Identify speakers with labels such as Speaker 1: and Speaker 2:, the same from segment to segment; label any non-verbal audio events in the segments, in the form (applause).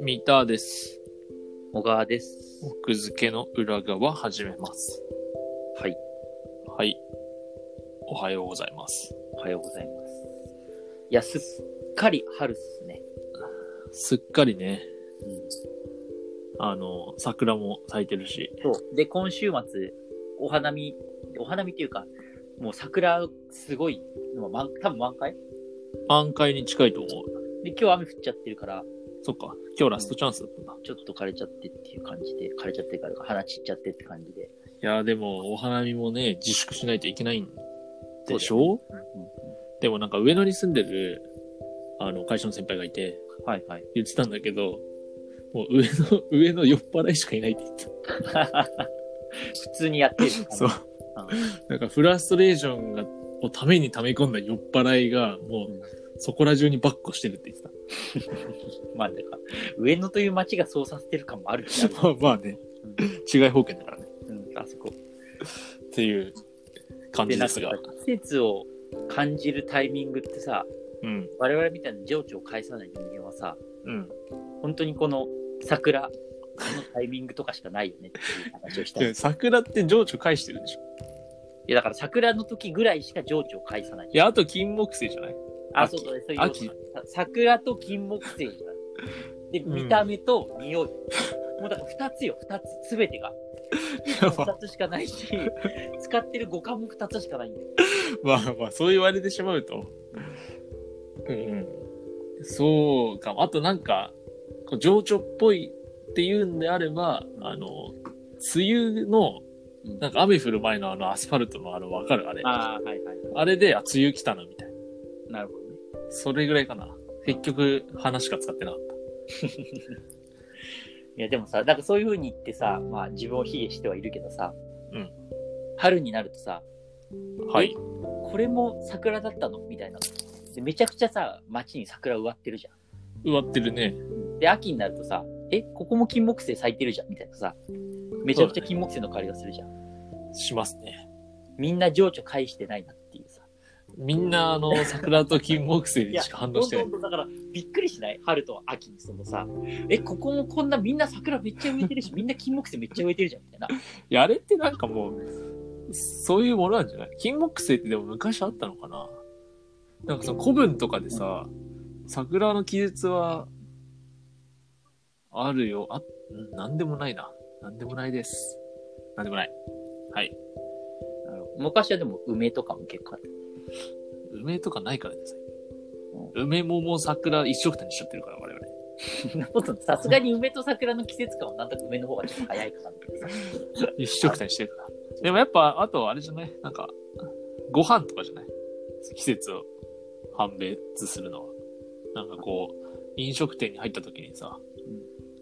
Speaker 1: 三田です。
Speaker 2: 小川です。
Speaker 1: 奥付けの裏側始めます。
Speaker 2: はい。
Speaker 1: はい。おはようございます。
Speaker 2: おはようございます。いや、すっかり春っすね。
Speaker 1: すっかりね、
Speaker 2: うん、
Speaker 1: あの、桜も咲いてるし、
Speaker 2: そう。で、今週末、お花見、お花見っていうか、もう桜、すごい、もう満多分満開
Speaker 1: 満開に近いと思う。
Speaker 2: で、今日雨降っちゃってるから、
Speaker 1: そっか、今日ラストチャンスだったんだ。
Speaker 2: ちょっと枯れちゃってっていう感じで、枯れちゃってからか、花散っちゃってって感じで。
Speaker 1: いやー、でも、お花見もね、自粛しないといけないんでし
Speaker 2: そう
Speaker 1: ょ
Speaker 2: だよねうんうん
Speaker 1: でもなんか上野に住んでる、あの、会社の先輩がいて、
Speaker 2: うんはいはい。
Speaker 1: 言ってたんだけど、もう上の、上の酔っ払いしかいないって言って
Speaker 2: 普通にやって (laughs) る。
Speaker 1: た。そう。なんかフラストレーションが、をために溜め込んだ酔っ払いが、も
Speaker 2: うん
Speaker 1: う、そこら中にバッコしてるって言って
Speaker 2: まあ、だから、上野という街がそうさせてる感もある
Speaker 1: た。
Speaker 2: け
Speaker 1: まあ
Speaker 2: ど、
Speaker 1: (laughs) まあね、違い保険だからね。
Speaker 2: (laughs) うん、あそこ。
Speaker 1: っていう感
Speaker 2: で、
Speaker 1: じ
Speaker 2: な
Speaker 1: で
Speaker 2: んか
Speaker 1: す
Speaker 2: さ
Speaker 1: が。
Speaker 2: 季節を感じるタイミングってさ、
Speaker 1: うん。
Speaker 2: 我々みたいな情緒を返さない人間はさ、
Speaker 1: うん。
Speaker 2: 本当にこの桜のタイミングとかしかないよねっていう話をしたい。
Speaker 1: で
Speaker 2: い
Speaker 1: 桜って情緒返してるでしょ。
Speaker 2: や、だから桜の時ぐらいしか情緒を返さない。
Speaker 1: いや、あと金木犀じゃない (laughs)
Speaker 2: あ、
Speaker 1: 秋
Speaker 2: そうそう、そういうこと
Speaker 1: 秋
Speaker 2: さ桜と金木犀じゃないで、
Speaker 1: うん
Speaker 2: 見た目と匂い。もうだから2つよ、2つ、すべて
Speaker 1: (laughs)
Speaker 2: が。
Speaker 1: や
Speaker 2: 2つしかないし、使ってる五感も2つしかないんだよ。
Speaker 1: まあまあ、そう言われてしまうと。うん。そうかも。あとなんか、こう情緒っぽいっていうんであれば、あの、梅雨の、なんか雨降る前のあのアスファルトのあの、わかるあれ。あ
Speaker 2: ああ、はいはい。
Speaker 1: れで、あ、梅雨来たな、みたいな。
Speaker 2: なるほどね。
Speaker 1: それぐらいかな。結局、花しか使ってなかった。
Speaker 2: いやでもさ、なんかそういう風に言ってさ、まあ自分を卑下してはいるけどさ、
Speaker 1: うん
Speaker 2: 春になるとさ、
Speaker 1: はい。
Speaker 2: これも桜だったのみたいな。でめちゃくちゃさ、街に桜植わってるじゃ
Speaker 1: 植わってるね。
Speaker 2: ん。で、秋になるとさ、え、ここも金木犀咲いてるじゃんみたいなさ、めちゃくちゃ金木犀の香りがするじゃん。
Speaker 1: しますね。
Speaker 2: みんな情緒返してないなっていうさ。
Speaker 1: みんな、あの、桜と金木犀
Speaker 2: い
Speaker 1: にしか反応してない。
Speaker 2: ほんとほんとだから、びっくりしない春と秋にそのさ、え、ここもこんなみんな桜めっちゃ植えてるし、みんな金木犀めっちゃ植えてるじゃんみたいな。
Speaker 1: (laughs) いや、あれってなんかもう、そういうものなんじゃない金木犀ってでも昔あったのかななんかその古文とかでさ、桜の記述は、あるよ。あ、うんなんでもないな。なんでもないです。なんでもない。はい。
Speaker 2: 昔はでも梅とかも結構あった。
Speaker 1: 梅とかないからね、最近。梅、桃、桜、一緒くたにしちゃってるから、我々。
Speaker 2: そんなことないさすがに梅と桜の季節感はなんとか梅の方がちょっと早いかなってさ。
Speaker 1: 一緒くたにしてるから。でもやっぱ、あとあれじゃないなんか、ご飯とかじゃない季節を判別するのは。なんかこう、飲食店に入った時にさ
Speaker 2: うん、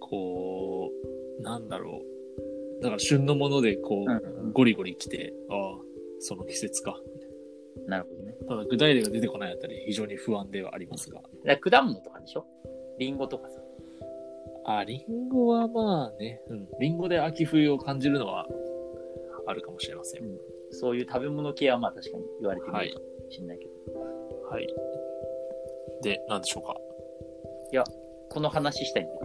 Speaker 1: こう、なんだろう。だから旬のもので、こ
Speaker 2: うんう
Speaker 1: う、ゴリゴリ来て、ああ、その季節か。
Speaker 2: なるほどね。
Speaker 1: ただ具体例が出てこないあたり、非常に不安ではありますが。
Speaker 2: だから果物とかでしょリンゴとかさ。
Speaker 1: あ、リンゴはまあね、うん。リンゴで秋冬を感じるのは、あるかもしれません。
Speaker 2: そういう食べ物系はまあ確かに言われてみ
Speaker 1: はい
Speaker 2: るかもしれないけど。
Speaker 1: はい。で、なんでしょうか。
Speaker 2: この話したいんだよ。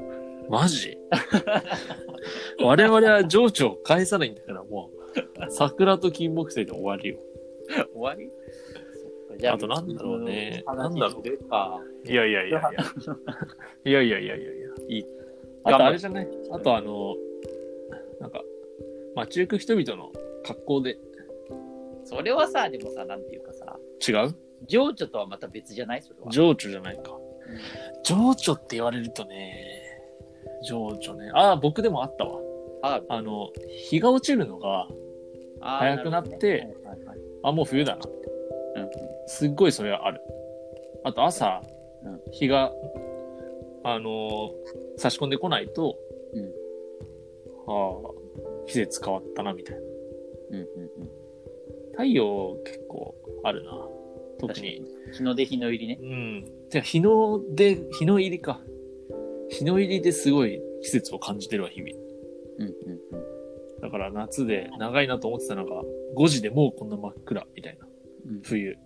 Speaker 1: マジ (laughs) 我々は情緒を返さないんだからもう、桜と金木犀で終わりよ。
Speaker 2: 終わりそっかじ
Speaker 1: あとなんだろうね
Speaker 2: 話
Speaker 1: なんだろう
Speaker 2: するか。
Speaker 1: いやいやい
Speaker 2: やい
Speaker 1: や。いやいやいやいやいや。いい。あと
Speaker 2: 頑張る
Speaker 1: あれじゃないあとあの、なんか、街行く人々の格好で
Speaker 2: それはさ、でもさ、なんていうかさ、
Speaker 1: 違う
Speaker 2: 情緒とはまた別じゃないそれは。
Speaker 1: 情緒じゃないか。情緒って言われるとね、情緒ね。ああ、僕でもあったわ。
Speaker 2: あ
Speaker 1: あの、日が落ちるのが、
Speaker 2: あ
Speaker 1: 早くなって、
Speaker 2: るほどねはいはいはい
Speaker 1: あ、もう冬だな。
Speaker 2: うん
Speaker 1: すっごいそれはある。あと朝、
Speaker 2: うん
Speaker 1: 日が、あのー差し込んでこないと、
Speaker 2: うん
Speaker 1: ああ、季節変わったな、みたいな。
Speaker 2: うんうんうん
Speaker 1: 太陽結構あるな。特
Speaker 2: 確か
Speaker 1: に。
Speaker 2: に。日の出日の入りね。
Speaker 1: うん。てか日の出、日の入りか。日の入りですごい季節を感じてるわ、日々。
Speaker 2: うんうんうん
Speaker 1: だから夏で長いなと思ってたのが、5時でもうこんな真っ暗、みたいな。
Speaker 2: うん
Speaker 1: 冬、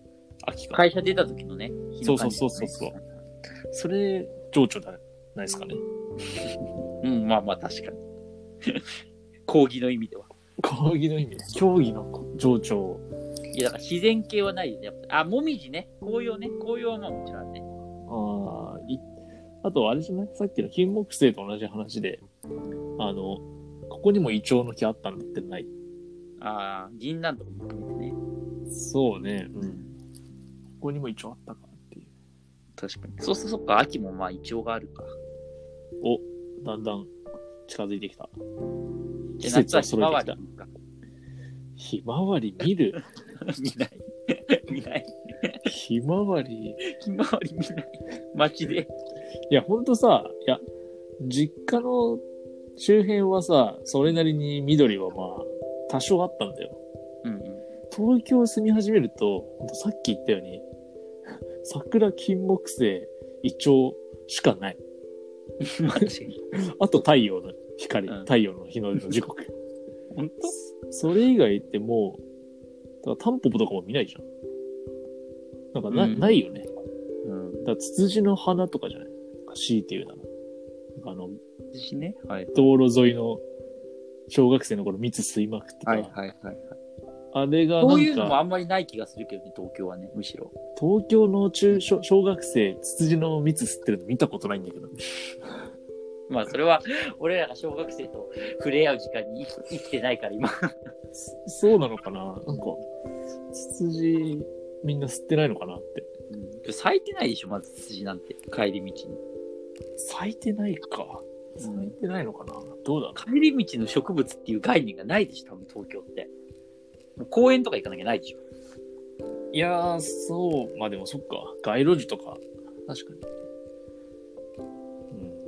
Speaker 1: 秋か。
Speaker 2: 会社出た時のね、日の感じだ
Speaker 1: そうそうそうそうそれ、情緒だ、ないですかね。
Speaker 2: うん、まあまあ確
Speaker 1: (laughs)
Speaker 2: かに。講義の意味では。
Speaker 1: 競技の意味で。競技の情緒。
Speaker 2: いや、だから自然系はないよね。やっぱあ、もみじね。紅葉ね。紅葉はまあもちろんね。
Speaker 1: ああ、い、あとあれじゃないさっきの金木犀と同じ話で、あの、ここにもイチョウの木あったんだってない。
Speaker 2: ああ、銀杏とかも含めてね。
Speaker 1: そうね。うん。ここにもイチョウあったかなっていう。
Speaker 2: 確かに。そうそうそっか、秋もまあ一応があるか。
Speaker 1: だんだん近づいてきた。
Speaker 2: で、
Speaker 1: 季
Speaker 2: 夏
Speaker 1: 節
Speaker 2: は
Speaker 1: は
Speaker 2: ひ
Speaker 1: 揃
Speaker 2: ま
Speaker 1: え
Speaker 2: わ
Speaker 1: て
Speaker 2: り
Speaker 1: き
Speaker 2: か
Speaker 1: た。ひまわり見る。
Speaker 2: 見ない。 (laughs) 見ない。
Speaker 1: ひまわり。
Speaker 2: ひまわり見ない。街で。
Speaker 1: いや、ほんとさ、いや、実家の周辺はさ、それなりに緑はまあ、多少あったんだよ。
Speaker 2: うんうん。
Speaker 1: 東京住み始めると、ほんとさっき言ったように、 (laughs) 桜、金木犀、イチョウしかない。
Speaker 2: マジ (laughs) で。
Speaker 1: あと太陽の光、
Speaker 2: うん
Speaker 1: 太陽の日の出の時
Speaker 2: (laughs)
Speaker 1: 刻。
Speaker 2: ほんと
Speaker 1: それ以外ってもう、だからタンポポとかも見ないじゃん。なんかな、
Speaker 2: うん
Speaker 1: ないよね。
Speaker 2: うん。
Speaker 1: だからツツジの花とかじゃないなんか強いて言うなら。なんかあの、
Speaker 2: 私ね。はい。
Speaker 1: 道路沿いの小学生の頃蜜吸いまくってた。
Speaker 2: はいはいはい。
Speaker 1: あれが
Speaker 2: こうい
Speaker 1: な
Speaker 2: うんのもあ
Speaker 1: か、
Speaker 2: んまりない気がするけどね、東京はね、むしろ。
Speaker 1: 東京の中小小学生、ツツジの蜜吸ってるの見たことないんだけど。
Speaker 2: まあそれは、 (laughs) 俺らが小学生と触れ合う時間に生き生きてないから今。
Speaker 1: そそうなのかななんか、ツツジみんな吸ってないのかなって。
Speaker 2: うん、咲いてないでしょ、まず筋なんて。帰り道に。
Speaker 1: 咲いてないか。咲いてないのかなどうだろ
Speaker 2: 帰り道の植物っていう概念がないでしょ、多分東京って。もう公園とか行かなきゃないでしょ。
Speaker 1: ういやー、そう。まあでもそっか。街路樹とか。確かに。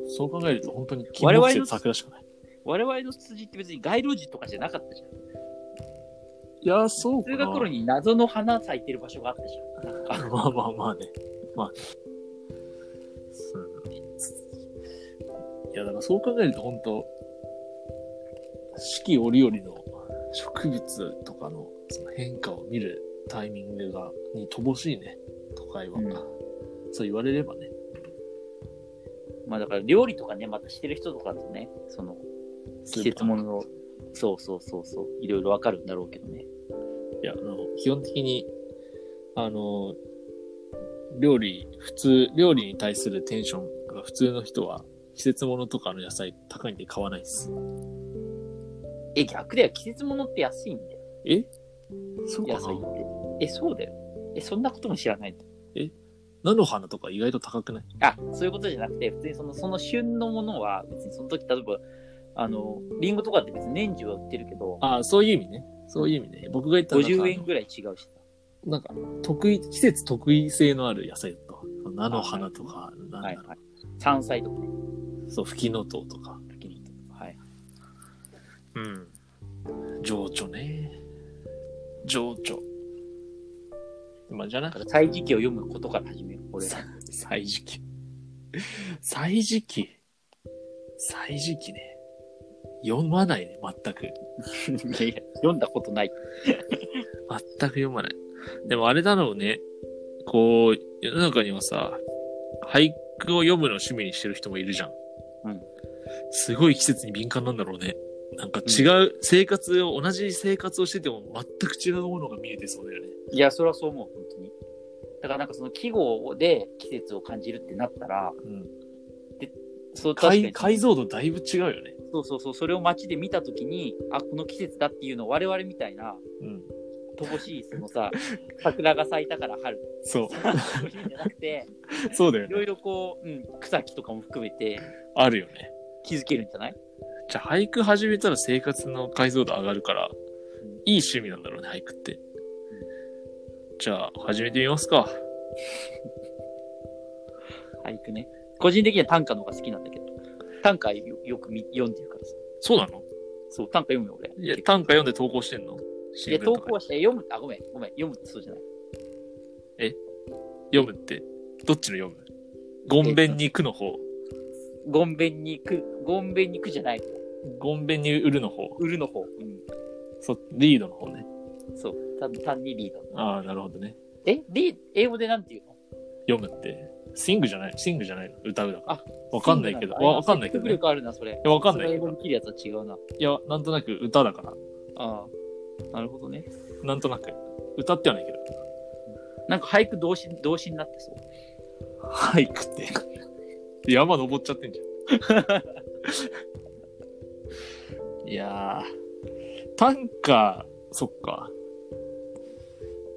Speaker 1: うん。そう考えると本当に金
Speaker 2: 我々
Speaker 1: 木
Speaker 2: の
Speaker 1: 犀と桜しかない。
Speaker 2: 我々の辻って別に街路樹とかじゃなかったじゃん。
Speaker 1: いやー、そうかな。
Speaker 2: 通学路に謎の花咲いてる場所があったじゃん。なんか、
Speaker 1: まあまあまあね。まあ、ね。いや、だからそう考えると本当四季折々の植物とかのその変化を見るタイミングが、に乏しいね。都会は。
Speaker 2: うん
Speaker 1: そう言われればね。
Speaker 2: まあだから料理とかね、またしてる人とかとね、その季節ものの、そうそうそうそう、いろいろわかるんだろうけどね。
Speaker 1: いや、あの、基本的に、あの、料理、普通、料理に対するテンションが普通の人は、季節物とかの野菜高いんで買わないです。
Speaker 2: え、逆だよ。季節物って安いんだよ。
Speaker 1: えそうか
Speaker 2: 野
Speaker 1: な
Speaker 2: 菜って。え、そうだよ。え、そんなことも知らないの
Speaker 1: 菜の花とか意外と高くない
Speaker 2: あ、そういうことじゃなくて、普通にそのその旬のものは、別にその時、例えば、あの、リンゴとかって別に年中は売ってるけど、
Speaker 1: ああ、そういう意味ね。そういう意味ね。僕が言ったのはなんか
Speaker 2: 50円ぐらい違うしさ。
Speaker 1: なんか、得意、季節得意性のある野菜だと。菜の花とか、なんだ
Speaker 2: はい
Speaker 1: ろう
Speaker 2: はい。山菜とかね、
Speaker 1: そう、吹きのとうとか。
Speaker 2: 茎のとか。はい。
Speaker 1: うん。情緒ね。情緒。まあ、じゃな
Speaker 2: だか
Speaker 1: く
Speaker 2: ら、
Speaker 1: て、
Speaker 2: 歳時記を読むことから始めよう、俺は。
Speaker 1: 歳時期。歳時期。歳時期ね。読まないね、全く。
Speaker 2: いやいや読んだことない。
Speaker 1: 全く読まない。でもあれだろうね。こう、世の中にはさ、俳句を読むのを趣味にしてる人もいるじゃん。
Speaker 2: うん。
Speaker 1: すごい季節に敏感なんだろうね。なんか違う、生活を、同じ生活をしてても全く違うものが見えてそうだよね。
Speaker 2: いや、それはそう思う、本当に。だからなんかその季語で季節を感じるってなったら、
Speaker 1: うん。
Speaker 2: そう、確かに
Speaker 1: 解解像度だいぶ違うよね。
Speaker 2: そうそうそう、それを街で見たときに、あ、この季節だっていうのを我々みたいな、
Speaker 1: うん。
Speaker 2: 乏しいその (laughs) さ、桜が咲いたから春。
Speaker 1: そう。
Speaker 2: そういうんじゃなくて、
Speaker 1: そうだよ
Speaker 2: いろ
Speaker 1: ね。
Speaker 2: いろこう、うん、草木とかも含めて
Speaker 1: あるよね。
Speaker 2: 気づけるんじゃない
Speaker 1: じゃあ俳句始めたら生活の解像度上がるから、いい趣味なんだろうね、俳句って。じゃあ、始めてみますか。
Speaker 2: 俳句ね。個人的には短歌の方が好きなんだけど、短歌よよくみ読んでるからさ。
Speaker 1: そうなの
Speaker 2: そう、短歌読むよ、俺。
Speaker 1: いや、短歌読んで投稿してんの
Speaker 2: い
Speaker 1: 新
Speaker 2: や、
Speaker 1: 聞と
Speaker 2: 投
Speaker 1: か
Speaker 2: 稿して、読む、あ、ごめん、ごめん、読むってそうじゃない。
Speaker 1: 読むって、どっちの読むごんべんに行くの方、
Speaker 2: ごんべんに行く、ごんべんに行くじゃない。
Speaker 1: ごんべんに売るの方、
Speaker 2: 売るの方。うん。
Speaker 1: そリードの方ね。
Speaker 2: そう、単単にリード。
Speaker 1: ああ、なるほどね。
Speaker 2: え、リー、英語でなんて言うの
Speaker 1: 読むって。シングじゃないシングじゃないの歌うだから
Speaker 2: あ。
Speaker 1: わかんないけど。
Speaker 2: そうな
Speaker 1: わ
Speaker 2: んだ
Speaker 1: わかんないけど、ね。
Speaker 2: 説
Speaker 1: い
Speaker 2: 得力あるな、それ。
Speaker 1: や、わかんない
Speaker 2: そ
Speaker 1: け
Speaker 2: れ英語
Speaker 1: ど。
Speaker 2: に切るやつは違うな。
Speaker 1: いや、なんとなく歌だから。
Speaker 2: ああ。なるほどね。
Speaker 1: なんとなく。歌ってはないけど。
Speaker 2: なんか俳句動詞、動詞になってそう。
Speaker 1: 俳句って。山登っちゃってんじゃん。 (laughs) いやー、短歌、そっか。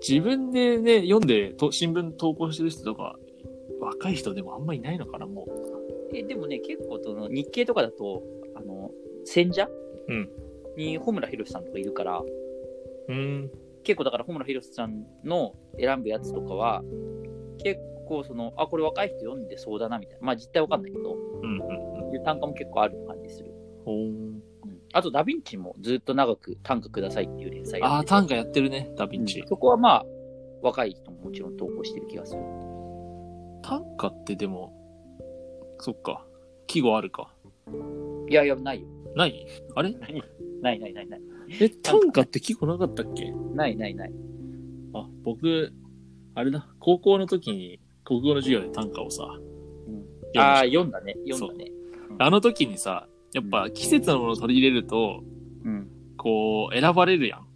Speaker 1: 自分でね、読んでと新聞投稿してる人とか、若い人でもあんまいないのかな、もう。
Speaker 2: え、でもね、結構その日経とかだと、あの、戦者
Speaker 1: うん
Speaker 2: に穂村博さんとかいるから、
Speaker 1: うん。
Speaker 2: 結構だから穂村博さんの選ぶやつとかは、結構その、あ、これ若い人読んでそうだな、みたいな。まあ実態わかんないけど、
Speaker 1: うんうんうん。
Speaker 2: いう単価も結構ある感じする。
Speaker 1: ほー
Speaker 2: うんあと、ダヴィンチもずっと長く短歌くださいっていう連載や
Speaker 1: ああ、
Speaker 2: ってて
Speaker 1: 短歌やってるね、ダヴィンチ。
Speaker 2: うんそこはまあ、若い人ももちろん投稿してる気がする。
Speaker 1: 短歌ってでも、そっか。季語あるか。
Speaker 2: いやいや、ないよ。
Speaker 1: ないあれ
Speaker 2: ないないないない。
Speaker 1: え、短歌って季語なかったっけ
Speaker 2: ないないない。
Speaker 1: あ、僕、あれだ、高校の時に国語の授業で短歌をさ、読
Speaker 2: ああ、
Speaker 1: むじ
Speaker 2: 読んだね。読んだね。
Speaker 1: ゃんあの時にさ、やっぱ季節のものを取り入れると、
Speaker 2: うん。
Speaker 1: こう、選ばれるやん。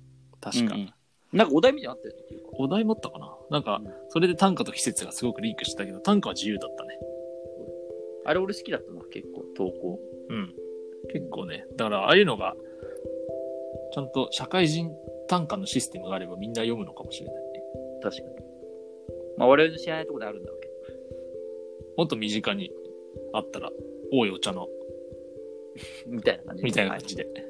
Speaker 1: 確か。
Speaker 2: うんうんなんかお題みたいなのあったよね。
Speaker 1: お題もあったかななんか
Speaker 2: うん、
Speaker 1: それで短歌と季節がすごくリンクしてたけど、短歌は自由だったね。
Speaker 2: あれ俺好きだったな、結構、投稿。
Speaker 1: うん。結構ね、だからああいうのが、ちゃんと社会人短歌のシステムがあればみんな読むのかもしれないね。
Speaker 2: 確かに。まあ、我々の知らないところであるんだろうけど。
Speaker 1: もっと身近にあったら、多いお茶の、
Speaker 2: みたいな感じで。
Speaker 1: みたいな感じで。
Speaker 2: はい